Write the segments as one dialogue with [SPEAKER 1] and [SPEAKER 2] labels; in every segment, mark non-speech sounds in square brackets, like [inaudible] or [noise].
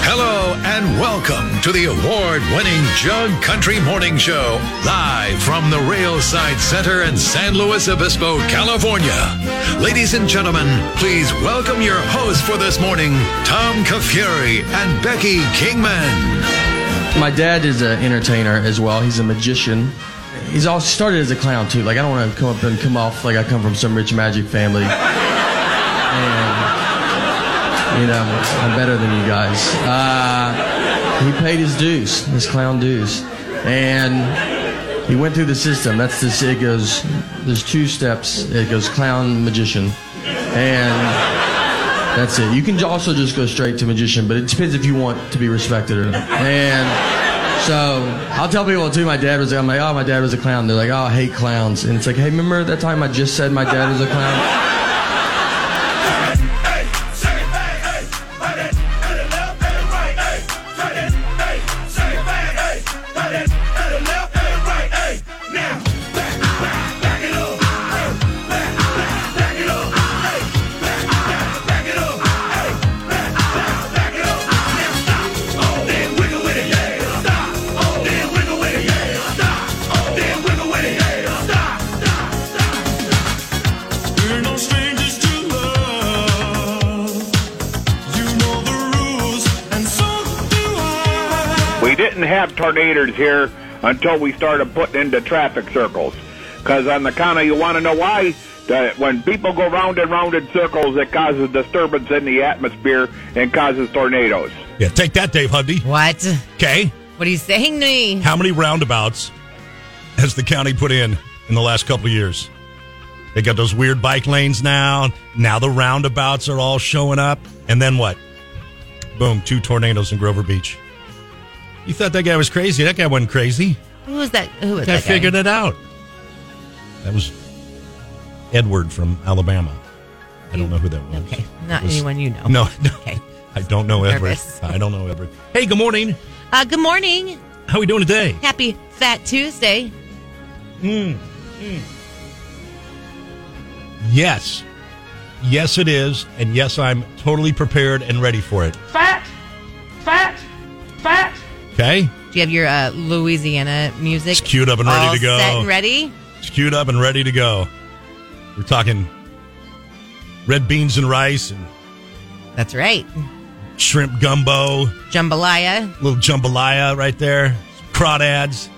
[SPEAKER 1] Hello and welcome to the award winning Jug Country Morning Show, live from the Railside Center in San Luis Obispo, California. Ladies and gentlemen, please welcome your hosts for this morning, Tom Kafuri and Becky Kingman.
[SPEAKER 2] My dad is an entertainer as well. He's a magician. He's all started as a clown too. Like I don't want to come up and come off like I come from some rich magic family. And, you know, I'm better than you guys. Uh, he paid his dues, his clown dues, and he went through the system. That's this. It goes. There's two steps. It goes clown, magician, and. That's it. You can also just go straight to magician, but it depends if you want to be respected or not. And so I'll tell people too. My dad was. I'm like, oh, my dad was a clown. They're like, oh, I hate clowns. And it's like, hey, remember that time I just said my dad was a clown?
[SPEAKER 3] We're no strangers to love. You know the rules, and so do I.
[SPEAKER 4] We didn't have tornadoes here until we started putting into traffic circles. Because on the counter, you want to know why? That when people go round and round in circles, it causes disturbance in the atmosphere and causes tornadoes.
[SPEAKER 5] Yeah, take that, Dave Hudby.
[SPEAKER 6] What?
[SPEAKER 5] Okay.
[SPEAKER 6] What are you saying to me?
[SPEAKER 5] How many roundabouts has the county put in in the last couple of years? They got those weird bike lanes now. Now the roundabouts are all showing up. And then what? Boom, two tornadoes in Grover Beach. You thought that guy was crazy. That guy wasn't crazy.
[SPEAKER 6] Who was that? Who was
[SPEAKER 5] I
[SPEAKER 6] that? guy?
[SPEAKER 5] figured it out. That was Edward from Alabama. I don't know who that was.
[SPEAKER 6] Okay, not
[SPEAKER 5] It was-
[SPEAKER 6] anyone you know.
[SPEAKER 5] No, [laughs] I don't-
[SPEAKER 6] Okay.
[SPEAKER 5] I don't know Edward.
[SPEAKER 6] Nervous.
[SPEAKER 5] I don't know Edward. Hey, good morning.
[SPEAKER 6] Uh, good morning.
[SPEAKER 5] How we doing today?
[SPEAKER 6] Happy Fat Tuesday.
[SPEAKER 5] Yes. Yes, it is. And yes, I'm totally prepared and ready for it.
[SPEAKER 7] fat, fat, fat.
[SPEAKER 5] Okay?
[SPEAKER 6] Do you have your uh, Louisiana music?
[SPEAKER 5] It's queued up and ready
[SPEAKER 6] all
[SPEAKER 5] to go.
[SPEAKER 6] Set and ready.
[SPEAKER 5] It's queued up and ready to go. We're talking red beans and rice and
[SPEAKER 6] That's right.
[SPEAKER 5] shrimp gumbo,
[SPEAKER 6] Jambalaya.
[SPEAKER 5] little jambalaya right there, crawdads.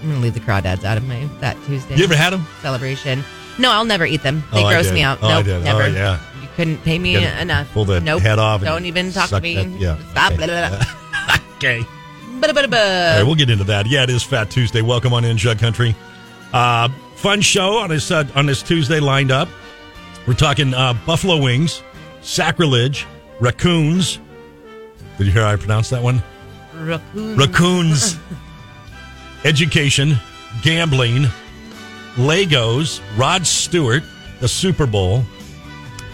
[SPEAKER 6] I'm gonna leave the crawdads out of my Fat Tuesday
[SPEAKER 5] You ever had them?
[SPEAKER 6] celebration. No, I'll never eat them. They
[SPEAKER 5] Oh, I
[SPEAKER 6] gross
[SPEAKER 5] did.
[SPEAKER 6] me out.
[SPEAKER 5] Oh, I
[SPEAKER 6] nope,
[SPEAKER 5] did. Oh,
[SPEAKER 6] never.
[SPEAKER 5] yeah.
[SPEAKER 6] You couldn't pay me
[SPEAKER 5] Gotta
[SPEAKER 6] enough.
[SPEAKER 5] pull the
[SPEAKER 6] nope.
[SPEAKER 5] head off and
[SPEAKER 6] Don't even talk to
[SPEAKER 5] suck
[SPEAKER 6] me.
[SPEAKER 5] that- yeah,
[SPEAKER 6] Stop.
[SPEAKER 5] okay.
[SPEAKER 6] Blah, blah,
[SPEAKER 5] [laughs]
[SPEAKER 6] blah.
[SPEAKER 5] Okay.
[SPEAKER 6] Blah, blah, blah,
[SPEAKER 5] All right,
[SPEAKER 6] blah.
[SPEAKER 5] we'll get into that. Yeah, it is Fat Tuesday. Welcome on in, Jug Country. Uh, fun show on this uh, on this Tuesday lined up. We're talking uh, buffalo wings, sacrilege, raccoons. Did you hear how I pronounced that one?
[SPEAKER 6] Raccoon.
[SPEAKER 5] Raccoons, education, gambling, Legos, Rod Stewart, the Super Bowl.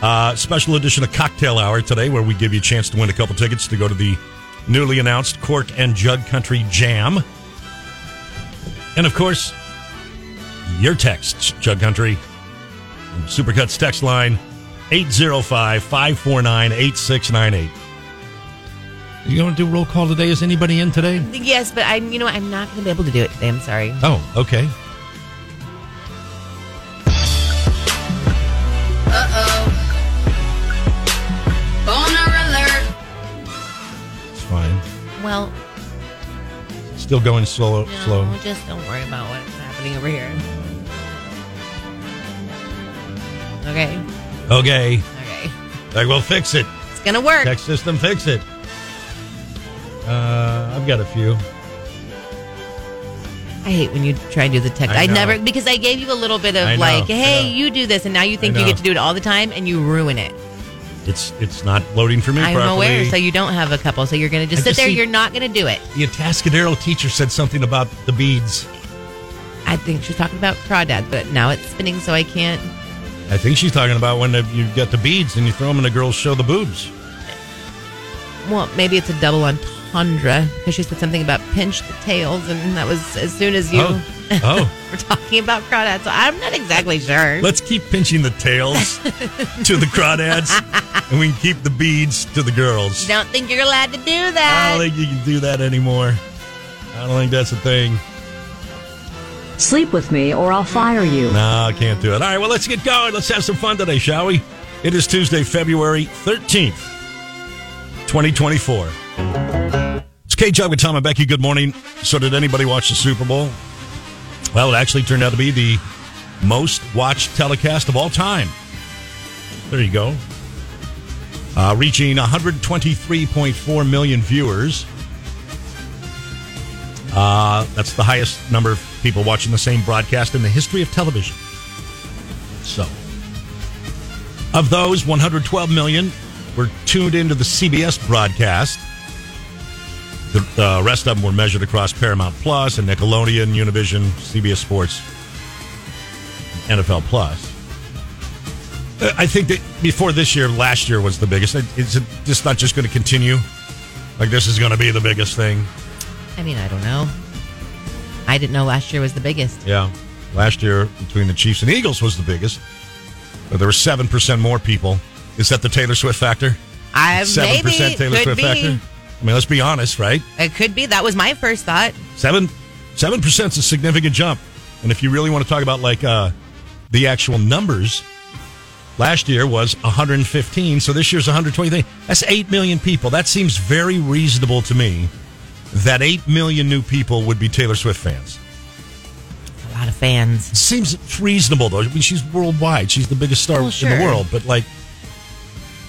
[SPEAKER 5] Uh, special edition of Cocktail Hour today, where we give you a chance to win a couple tickets to go to the newly announced Cork and Jug Country Jam. And of course, your texts, Jug Country. Supercuts text line 805 549 8698. You going to do roll call today? Is anybody in today?
[SPEAKER 6] Yes, but I'm. You know, what? I'm not gonna be able to do it today. I'm sorry.
[SPEAKER 5] Oh, okay.
[SPEAKER 8] Boner alert.
[SPEAKER 5] It's fine.
[SPEAKER 6] Well,
[SPEAKER 5] Still going slow.
[SPEAKER 6] no,
[SPEAKER 5] Slow.
[SPEAKER 6] just don't worry about what's happening over here. Okay,
[SPEAKER 5] Okay.
[SPEAKER 6] okay,
[SPEAKER 5] Like, we'll fix it.
[SPEAKER 6] it's gonna work.
[SPEAKER 5] Tech system, fix it. Uh, I've got a few.
[SPEAKER 6] I hate when you try and do the tech.
[SPEAKER 5] I
[SPEAKER 6] I,
[SPEAKER 5] know.
[SPEAKER 6] never because I gave you a little bit
[SPEAKER 5] I
[SPEAKER 6] of
[SPEAKER 5] know,
[SPEAKER 6] like,
[SPEAKER 5] I
[SPEAKER 6] hey,
[SPEAKER 5] know.
[SPEAKER 6] you do this, and now you think
[SPEAKER 5] I
[SPEAKER 6] you
[SPEAKER 5] know.
[SPEAKER 6] get to do it all the time, and you ruin it.
[SPEAKER 5] It's it's not loading for me
[SPEAKER 6] I'm
[SPEAKER 5] properly.
[SPEAKER 6] aware, so you don't have a couple, so you're gonna just
[SPEAKER 5] I
[SPEAKER 6] sit
[SPEAKER 5] just
[SPEAKER 6] there.
[SPEAKER 5] see-
[SPEAKER 6] you're not gonna do it.
[SPEAKER 5] the Atascadero teacher said something about the beads.
[SPEAKER 6] I think she's talking about crawdad, but now it's spinning, so I can't.
[SPEAKER 5] I think she's talking about when you get the beads and you throw them and the girls show the boobs.
[SPEAKER 6] Well, maybe it's a double entendre because she said something about pinch the tails, and that was as soon as you [laughs]
[SPEAKER 5] Oh. Oh.
[SPEAKER 6] were talking about crawdads. So I'm not exactly sure.
[SPEAKER 5] Let's keep pinching the
[SPEAKER 6] [laughs]
[SPEAKER 5] tails to the crawdads and we can keep the beads to the girls.
[SPEAKER 6] Don't think you're allowed to do
[SPEAKER 5] I
[SPEAKER 6] that.
[SPEAKER 5] don't think you can do that anymore. I don't think that's a thing.
[SPEAKER 9] Sleep with me or I'll fire you.
[SPEAKER 5] No, I can't do it. All right, well, let's get going. Let's have some fun today, shall we? It is Tuesday, February 13th, 2024. It's K Job with Tom and Becky. Good morning. So, did anybody watch the Super Bowl? Well, it actually turned out to be the most watched telecast of all time. There you go. Uh, reaching 123.4 million viewers. Uh, that's the highest number of people watching the same broadcast in the history of television. So, of those, 112 million were tuned into the CBS broadcast. The uh, rest of them were measured across Paramount Plus and Nickelodeon, Univision, CBS Sports, and NFL Plus. Uh, I think that before this year, last year was the biggest. It- It's just not just going to continue. Like this is going to be the biggest thing.
[SPEAKER 6] I mean, I don't know. I didn't know last year was the biggest.
[SPEAKER 5] Yeah. Last year, between the Chiefs and Eagles was the biggest. But there were 7% more people. Is that the Taylor Swift factor?
[SPEAKER 6] I
[SPEAKER 5] 7%
[SPEAKER 6] Uh, maybe
[SPEAKER 5] Taylor
[SPEAKER 6] could
[SPEAKER 5] Swift
[SPEAKER 6] be.
[SPEAKER 5] factor? I mean, let's be honest, right?
[SPEAKER 6] It could be. That was my first thought.
[SPEAKER 5] 7 7% is a significant jump. And if you really want to talk about like uh, the actual numbers, last year was 115, so this year's 123. That's 8 million people. That seems very reasonable to me that 8 million new people would be Taylor Swift fans.
[SPEAKER 6] A lot of fans.
[SPEAKER 5] seems reasonable though. I mean, she's worldwide. She's the biggest star
[SPEAKER 6] Well,
[SPEAKER 5] in
[SPEAKER 6] sure.
[SPEAKER 5] the world. But like,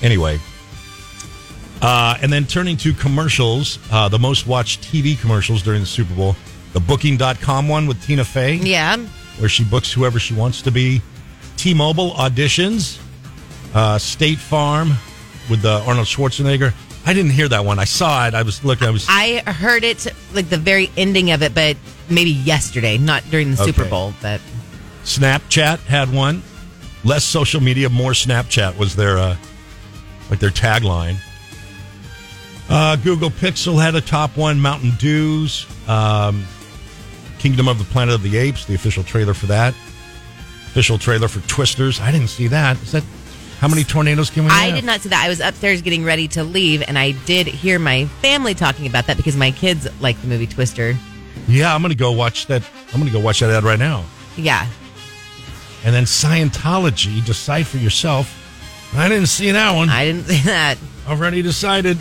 [SPEAKER 5] anyway. Uh, and then turning to commercials, uh, the most watched TV commercials during the Super Bowl, the Booking.com one with Tina Fey,
[SPEAKER 6] Yeah.
[SPEAKER 5] where she books whoever she wants to be. T-Mobile auditions, uh, State Farm with uh, Arnold Schwarzenegger. I didn't hear that one. I saw it. I was looking. I was
[SPEAKER 6] I heard it like the very ending of it, but maybe yesterday, not during the Super
[SPEAKER 5] Okay.
[SPEAKER 6] Bowl. But
[SPEAKER 5] Snapchat had one. Less social media, more Snapchat was their uh, like their tagline. Uh, Google Pixel had a top one. Mountain Dews, um, Kingdom of the Planet of the Apes, the official trailer for that. Official trailer for Twisters. I didn't see that. Is that how many tornadoes can we?
[SPEAKER 6] I
[SPEAKER 5] have?
[SPEAKER 6] did not see that. I was upstairs getting ready to leave, and I did hear my family talking about that because my kids like the movie Twister.
[SPEAKER 5] Yeah, I'm gonna go watch that. I'm gonna go watch that ad right now.
[SPEAKER 6] Yeah.
[SPEAKER 5] And then Scientology, decide for yourself. I didn't see that one.
[SPEAKER 6] I didn't [laughs] see that.
[SPEAKER 5] Already decided.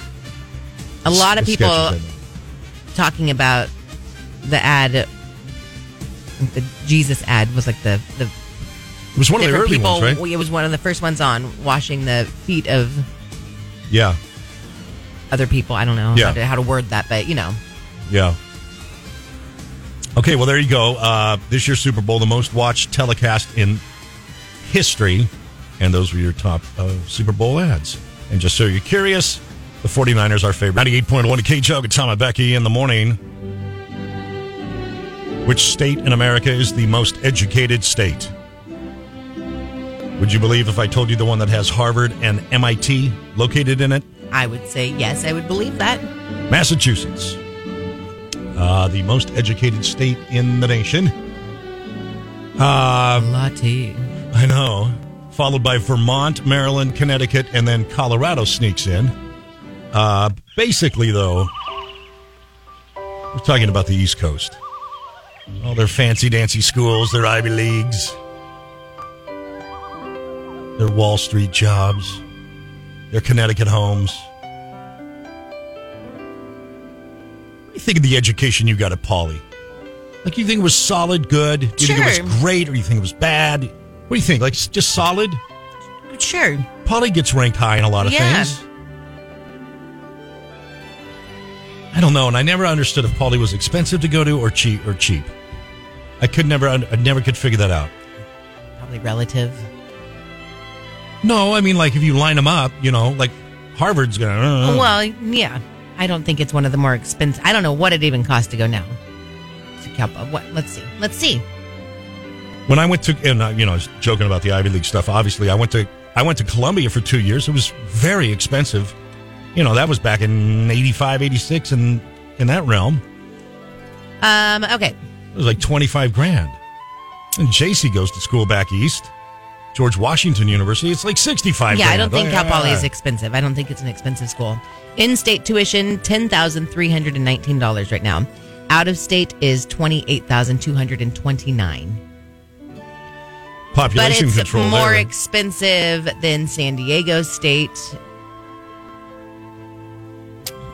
[SPEAKER 6] A lot of
[SPEAKER 5] The
[SPEAKER 6] people
[SPEAKER 5] sketches, I mean.
[SPEAKER 6] talking about the ad, the Jesus ad was like the, the
[SPEAKER 5] It was one of the
[SPEAKER 6] different
[SPEAKER 5] early
[SPEAKER 6] people.
[SPEAKER 5] ones, right?
[SPEAKER 6] It was one of the first ones on washing the feet of
[SPEAKER 5] Yeah,
[SPEAKER 6] other people. I don't know
[SPEAKER 5] Yeah.
[SPEAKER 6] how, to, how to word that, but you know.
[SPEAKER 5] yeah. Okay, well there you go. Uh, this year's Super Bowl, the most watched telecast in history, and those were your top uh, Super Bowl ads. And just so you're curious, the 49ers are favorite. 98.1 K Chug and Tom and Becky in the morning. Which state in America is the most educated state? Would you believe if I told you the one that has Harvard and MIT located in it?
[SPEAKER 6] I would say yes, I would believe that.
[SPEAKER 5] Massachusetts, uh, the most educated state in the nation. Uh,
[SPEAKER 6] Latte.
[SPEAKER 5] I know. Followed by Vermont, Maryland, Connecticut, and then Colorado sneaks in. Uh, basically, though, we're talking about the East Coast. All their fancy dancy schools, their Ivy Leagues, their Wall Street jobs, their Connecticut homes. What do you think of the education you got at Pauley? Like, you think it was solid, good? Do you think it
[SPEAKER 6] Sure.
[SPEAKER 5] was great, or you think it was bad? What do you think? Like, s- just solid?
[SPEAKER 6] Sure.
[SPEAKER 5] Polly gets ranked high in a lot of
[SPEAKER 6] Yeah.
[SPEAKER 5] things. I don't know, and I never understood if Polly was expensive to go to or cheap or cheap. I could never, un- I never could figure that out.
[SPEAKER 6] Probably relative.
[SPEAKER 5] No, I mean like if you line them up, you know, like Harvard's gonna. uh,
[SPEAKER 6] Well, yeah. I don't think it's one of the more expensive. I don't know what it even costs to go now. To Cal- what? Let's see. Let's see.
[SPEAKER 5] When I went to, and I, you know, I was joking about the Ivy League stuff. Obviously, I went to I went to Columbia for two years. It was very expensive. You know, that was back in 85, 86 and in that realm.
[SPEAKER 6] Um, okay.
[SPEAKER 5] It was like 25 grand. And JC goes to school back east, George Washington University. It's like 65
[SPEAKER 6] yeah, I
[SPEAKER 5] grand.
[SPEAKER 6] don't think
[SPEAKER 5] Oh,
[SPEAKER 6] Cal Poly is
[SPEAKER 5] yeah.
[SPEAKER 6] expensive. I don't think it's an expensive school. In state tuition, $10,319 right now. Out of state is $28,229. But
[SPEAKER 5] population
[SPEAKER 6] it's
[SPEAKER 5] control.
[SPEAKER 6] more
[SPEAKER 5] there.
[SPEAKER 6] expensive than San Diego State,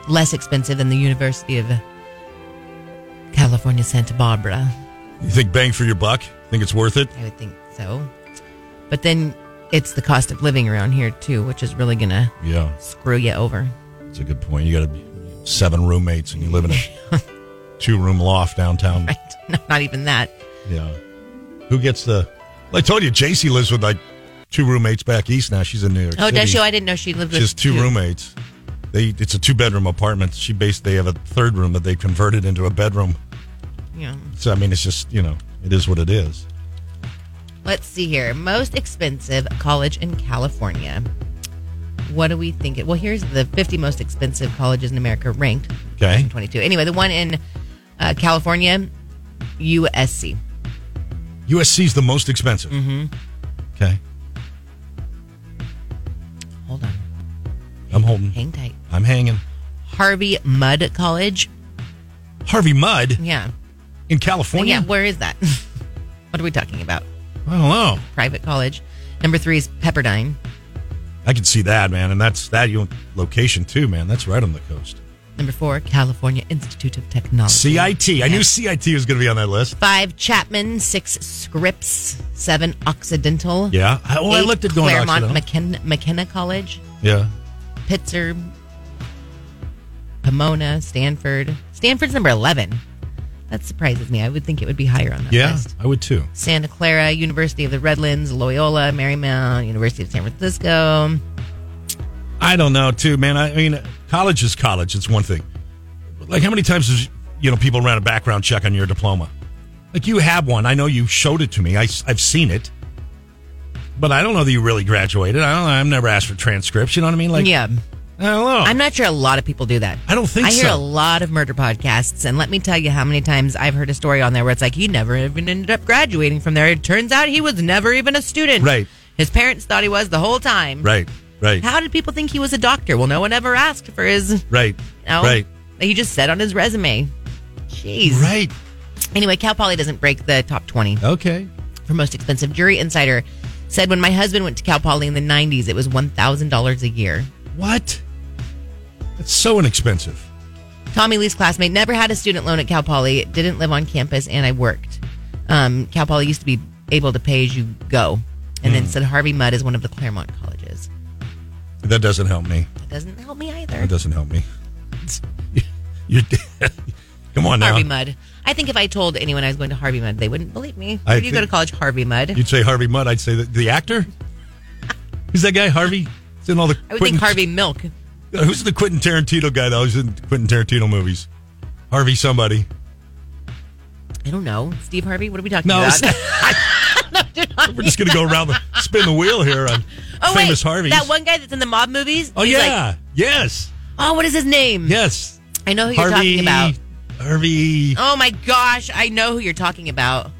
[SPEAKER 6] less expensive than the University of California, Santa Barbara.
[SPEAKER 5] you think bang for your buck? Think it's worth it?
[SPEAKER 6] I would think so. But then it's the cost of living around here, too, which is really going to
[SPEAKER 5] Yeah.
[SPEAKER 6] screw you over. [laughs]
[SPEAKER 5] It's a good point. You got to seven roommates and you live in
[SPEAKER 6] [laughs]
[SPEAKER 5] a two room loft downtown.
[SPEAKER 6] Right? Not even that.
[SPEAKER 5] Yeah. Who gets the? I told you, JC lives with like two roommates back east now. She's in New York
[SPEAKER 6] Oh,
[SPEAKER 5] City.
[SPEAKER 6] does she? Oh, I didn't know she lived
[SPEAKER 5] She
[SPEAKER 6] with
[SPEAKER 5] has two roommates. They it's a two bedroom apartment. She based they have a third room that they converted into a bedroom.
[SPEAKER 6] Yeah.
[SPEAKER 5] So I mean, it's just you know, it is what it is.
[SPEAKER 6] Let's see here. Most expensive college in California. What do we think? It, well, here's the 50 most expensive colleges in America ranked.
[SPEAKER 5] Okay.
[SPEAKER 6] 2022. Anyway, the one in uh, California, USC.
[SPEAKER 5] USC's the most expensive. Mm-hmm. Okay,
[SPEAKER 6] Hold on.
[SPEAKER 5] I'm holding.
[SPEAKER 6] Hang tight.
[SPEAKER 5] I'm hanging.
[SPEAKER 6] Harvey Mudd College.
[SPEAKER 5] Harvey Mudd
[SPEAKER 6] Yeah.
[SPEAKER 5] in California.
[SPEAKER 6] yeah. Where is that? [laughs] what are we talking about?
[SPEAKER 5] I don't know.
[SPEAKER 6] Private college. Number three is Pepperdine.
[SPEAKER 5] I can see that, man, and that's that you location too, man. That's right on the coast.
[SPEAKER 6] Number four, California Institute of Technology.
[SPEAKER 5] CIT. I knew CIT was going to be on that list.
[SPEAKER 6] Five Chapman, six Scripps, seven Occidental.
[SPEAKER 5] Yeah. I, oh, I
[SPEAKER 6] Eight,
[SPEAKER 5] looked at going
[SPEAKER 6] Claremont
[SPEAKER 5] to Occidental.
[SPEAKER 6] McKenna, McKenna College,
[SPEAKER 5] Yeah.
[SPEAKER 6] Pitzer, Pomona, Stanford. Stanford's number 11. That surprises me. I would think it would be higher on that
[SPEAKER 5] Yeah.
[SPEAKER 6] list.
[SPEAKER 5] I would too.
[SPEAKER 6] Santa Clara, University of the Redlands, Loyola, Marymount, University of San Francisco.
[SPEAKER 5] I don't know too, man. I mean, college is college. It's one thing. Like, how many times has you know people ran a background check on your diploma? Like, you have one. I know you showed it to me. I, have seen it, but I don't know that you really graduated. I don't. I've never asked for transcripts. You know what I mean? Like,
[SPEAKER 6] yeah.
[SPEAKER 5] I don't know.
[SPEAKER 6] I'm not sure a lot of people do that.
[SPEAKER 5] I don't think
[SPEAKER 6] I hear
[SPEAKER 5] so.
[SPEAKER 6] a lot of murder podcasts, and let me tell you how many times I've heard a story on there where it's like he never even ended up graduating from there. It turns out he was never even a student.
[SPEAKER 5] Right.
[SPEAKER 6] His parents thought he was the whole time.
[SPEAKER 5] right. Right.
[SPEAKER 6] How did people think he was a doctor? Well, no one ever asked for his. You
[SPEAKER 5] right.
[SPEAKER 6] know,
[SPEAKER 5] Right.
[SPEAKER 6] He just said on his resume. Jeez.
[SPEAKER 5] Right.
[SPEAKER 6] Anyway, Cal Poly doesn't break the top twenty
[SPEAKER 5] Okay.
[SPEAKER 6] for most expensive. Jury Insider said when my husband went to Cal Poly in the '90s, it was one thousand dollars a year.
[SPEAKER 5] What? That's so inexpensive.
[SPEAKER 6] Tommy Lee's classmate never had a student loan at Cal Poly, didn't live on campus, and I worked. Um, Cal Poly used to be able to pay as you go, and
[SPEAKER 5] Hmm.
[SPEAKER 6] then said Harvey Mudd is one of the Claremont colleges.
[SPEAKER 5] That doesn't help me.
[SPEAKER 6] That doesn't help me either.
[SPEAKER 5] That doesn't help me. [laughs] You're Come on now.
[SPEAKER 6] Harvey Mudd. I think if I told anyone I was going to Harvey Mudd, they wouldn't believe me.
[SPEAKER 5] I
[SPEAKER 6] Where do you go to
[SPEAKER 5] think-
[SPEAKER 6] college, Harvey Mudd?
[SPEAKER 5] You'd say Harvey Mudd. I'd say the, the actor. Who's that guy? Harvey. He's in all the.
[SPEAKER 6] I would
[SPEAKER 5] Quentin-
[SPEAKER 6] think Harvey Milk.
[SPEAKER 5] Who's the Quentin Tarantino guy that was in Quentin Tarantino movies? Harvey somebody.
[SPEAKER 6] I don't know. Steve Harvey? What are we talking
[SPEAKER 5] No,
[SPEAKER 6] [laughs] about?
[SPEAKER 5] we're just gonna go around the spin the wheel here on
[SPEAKER 6] oh, wait.
[SPEAKER 5] famous Harveys.
[SPEAKER 6] That one guy that's in the mob movies?
[SPEAKER 5] Oh
[SPEAKER 6] He's
[SPEAKER 5] yeah.
[SPEAKER 6] like,
[SPEAKER 5] yes.
[SPEAKER 6] oh, what is his name?
[SPEAKER 5] Yes.
[SPEAKER 6] I know who
[SPEAKER 5] Harvey.
[SPEAKER 6] you're talking about.
[SPEAKER 5] Harvey.
[SPEAKER 6] Oh my gosh, I know who you're talking about.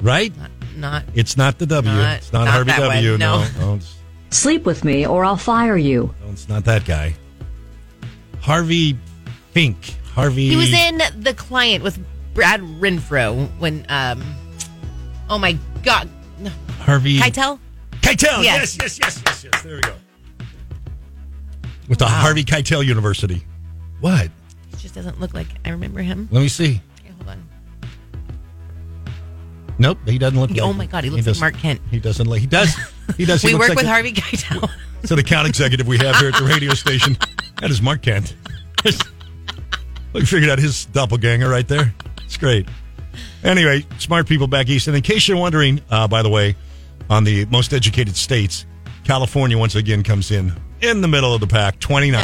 [SPEAKER 5] Right.
[SPEAKER 6] Not
[SPEAKER 5] It's not the W.
[SPEAKER 6] Not-
[SPEAKER 5] it's not,
[SPEAKER 6] not
[SPEAKER 5] Harvey
[SPEAKER 6] that one,
[SPEAKER 5] W.
[SPEAKER 6] no.
[SPEAKER 5] no, no, it's,
[SPEAKER 9] Sleep with me or I'll fire you.
[SPEAKER 5] no, it's not that guy. Harvey Fink. Harvey.
[SPEAKER 6] He was in The Client with Brad Renfro when, um, oh my God. No.
[SPEAKER 5] Harvey.
[SPEAKER 6] Keitel?
[SPEAKER 5] Keitel. Yes. yes,
[SPEAKER 6] Yes.
[SPEAKER 5] yes, yes, yes. There we go. With the Harvey Keitel University. What?
[SPEAKER 6] He just doesn't look like I remember him.
[SPEAKER 5] Let me see.
[SPEAKER 6] Okay, hold on.
[SPEAKER 5] Nope, he doesn't look.
[SPEAKER 6] He-
[SPEAKER 5] like
[SPEAKER 6] oh my God, he looks like
[SPEAKER 5] doesn't-
[SPEAKER 6] Mark Kent.
[SPEAKER 5] He doesn't look. He does.
[SPEAKER 6] [laughs]
[SPEAKER 5] He does. He
[SPEAKER 6] we
[SPEAKER 5] looks
[SPEAKER 6] work
[SPEAKER 5] like
[SPEAKER 6] with
[SPEAKER 5] a-
[SPEAKER 6] Harvey Keitel.
[SPEAKER 5] It's an account executive we have here at the radio
[SPEAKER 6] [laughs]
[SPEAKER 5] station. That is Mark Kent. [laughs] we figured out his doppelganger right there. It's great. Anyway, smart people back east. And in case you're wondering, uh, by the way, on the most educated states, California once again comes in in the middle of the pack, 29.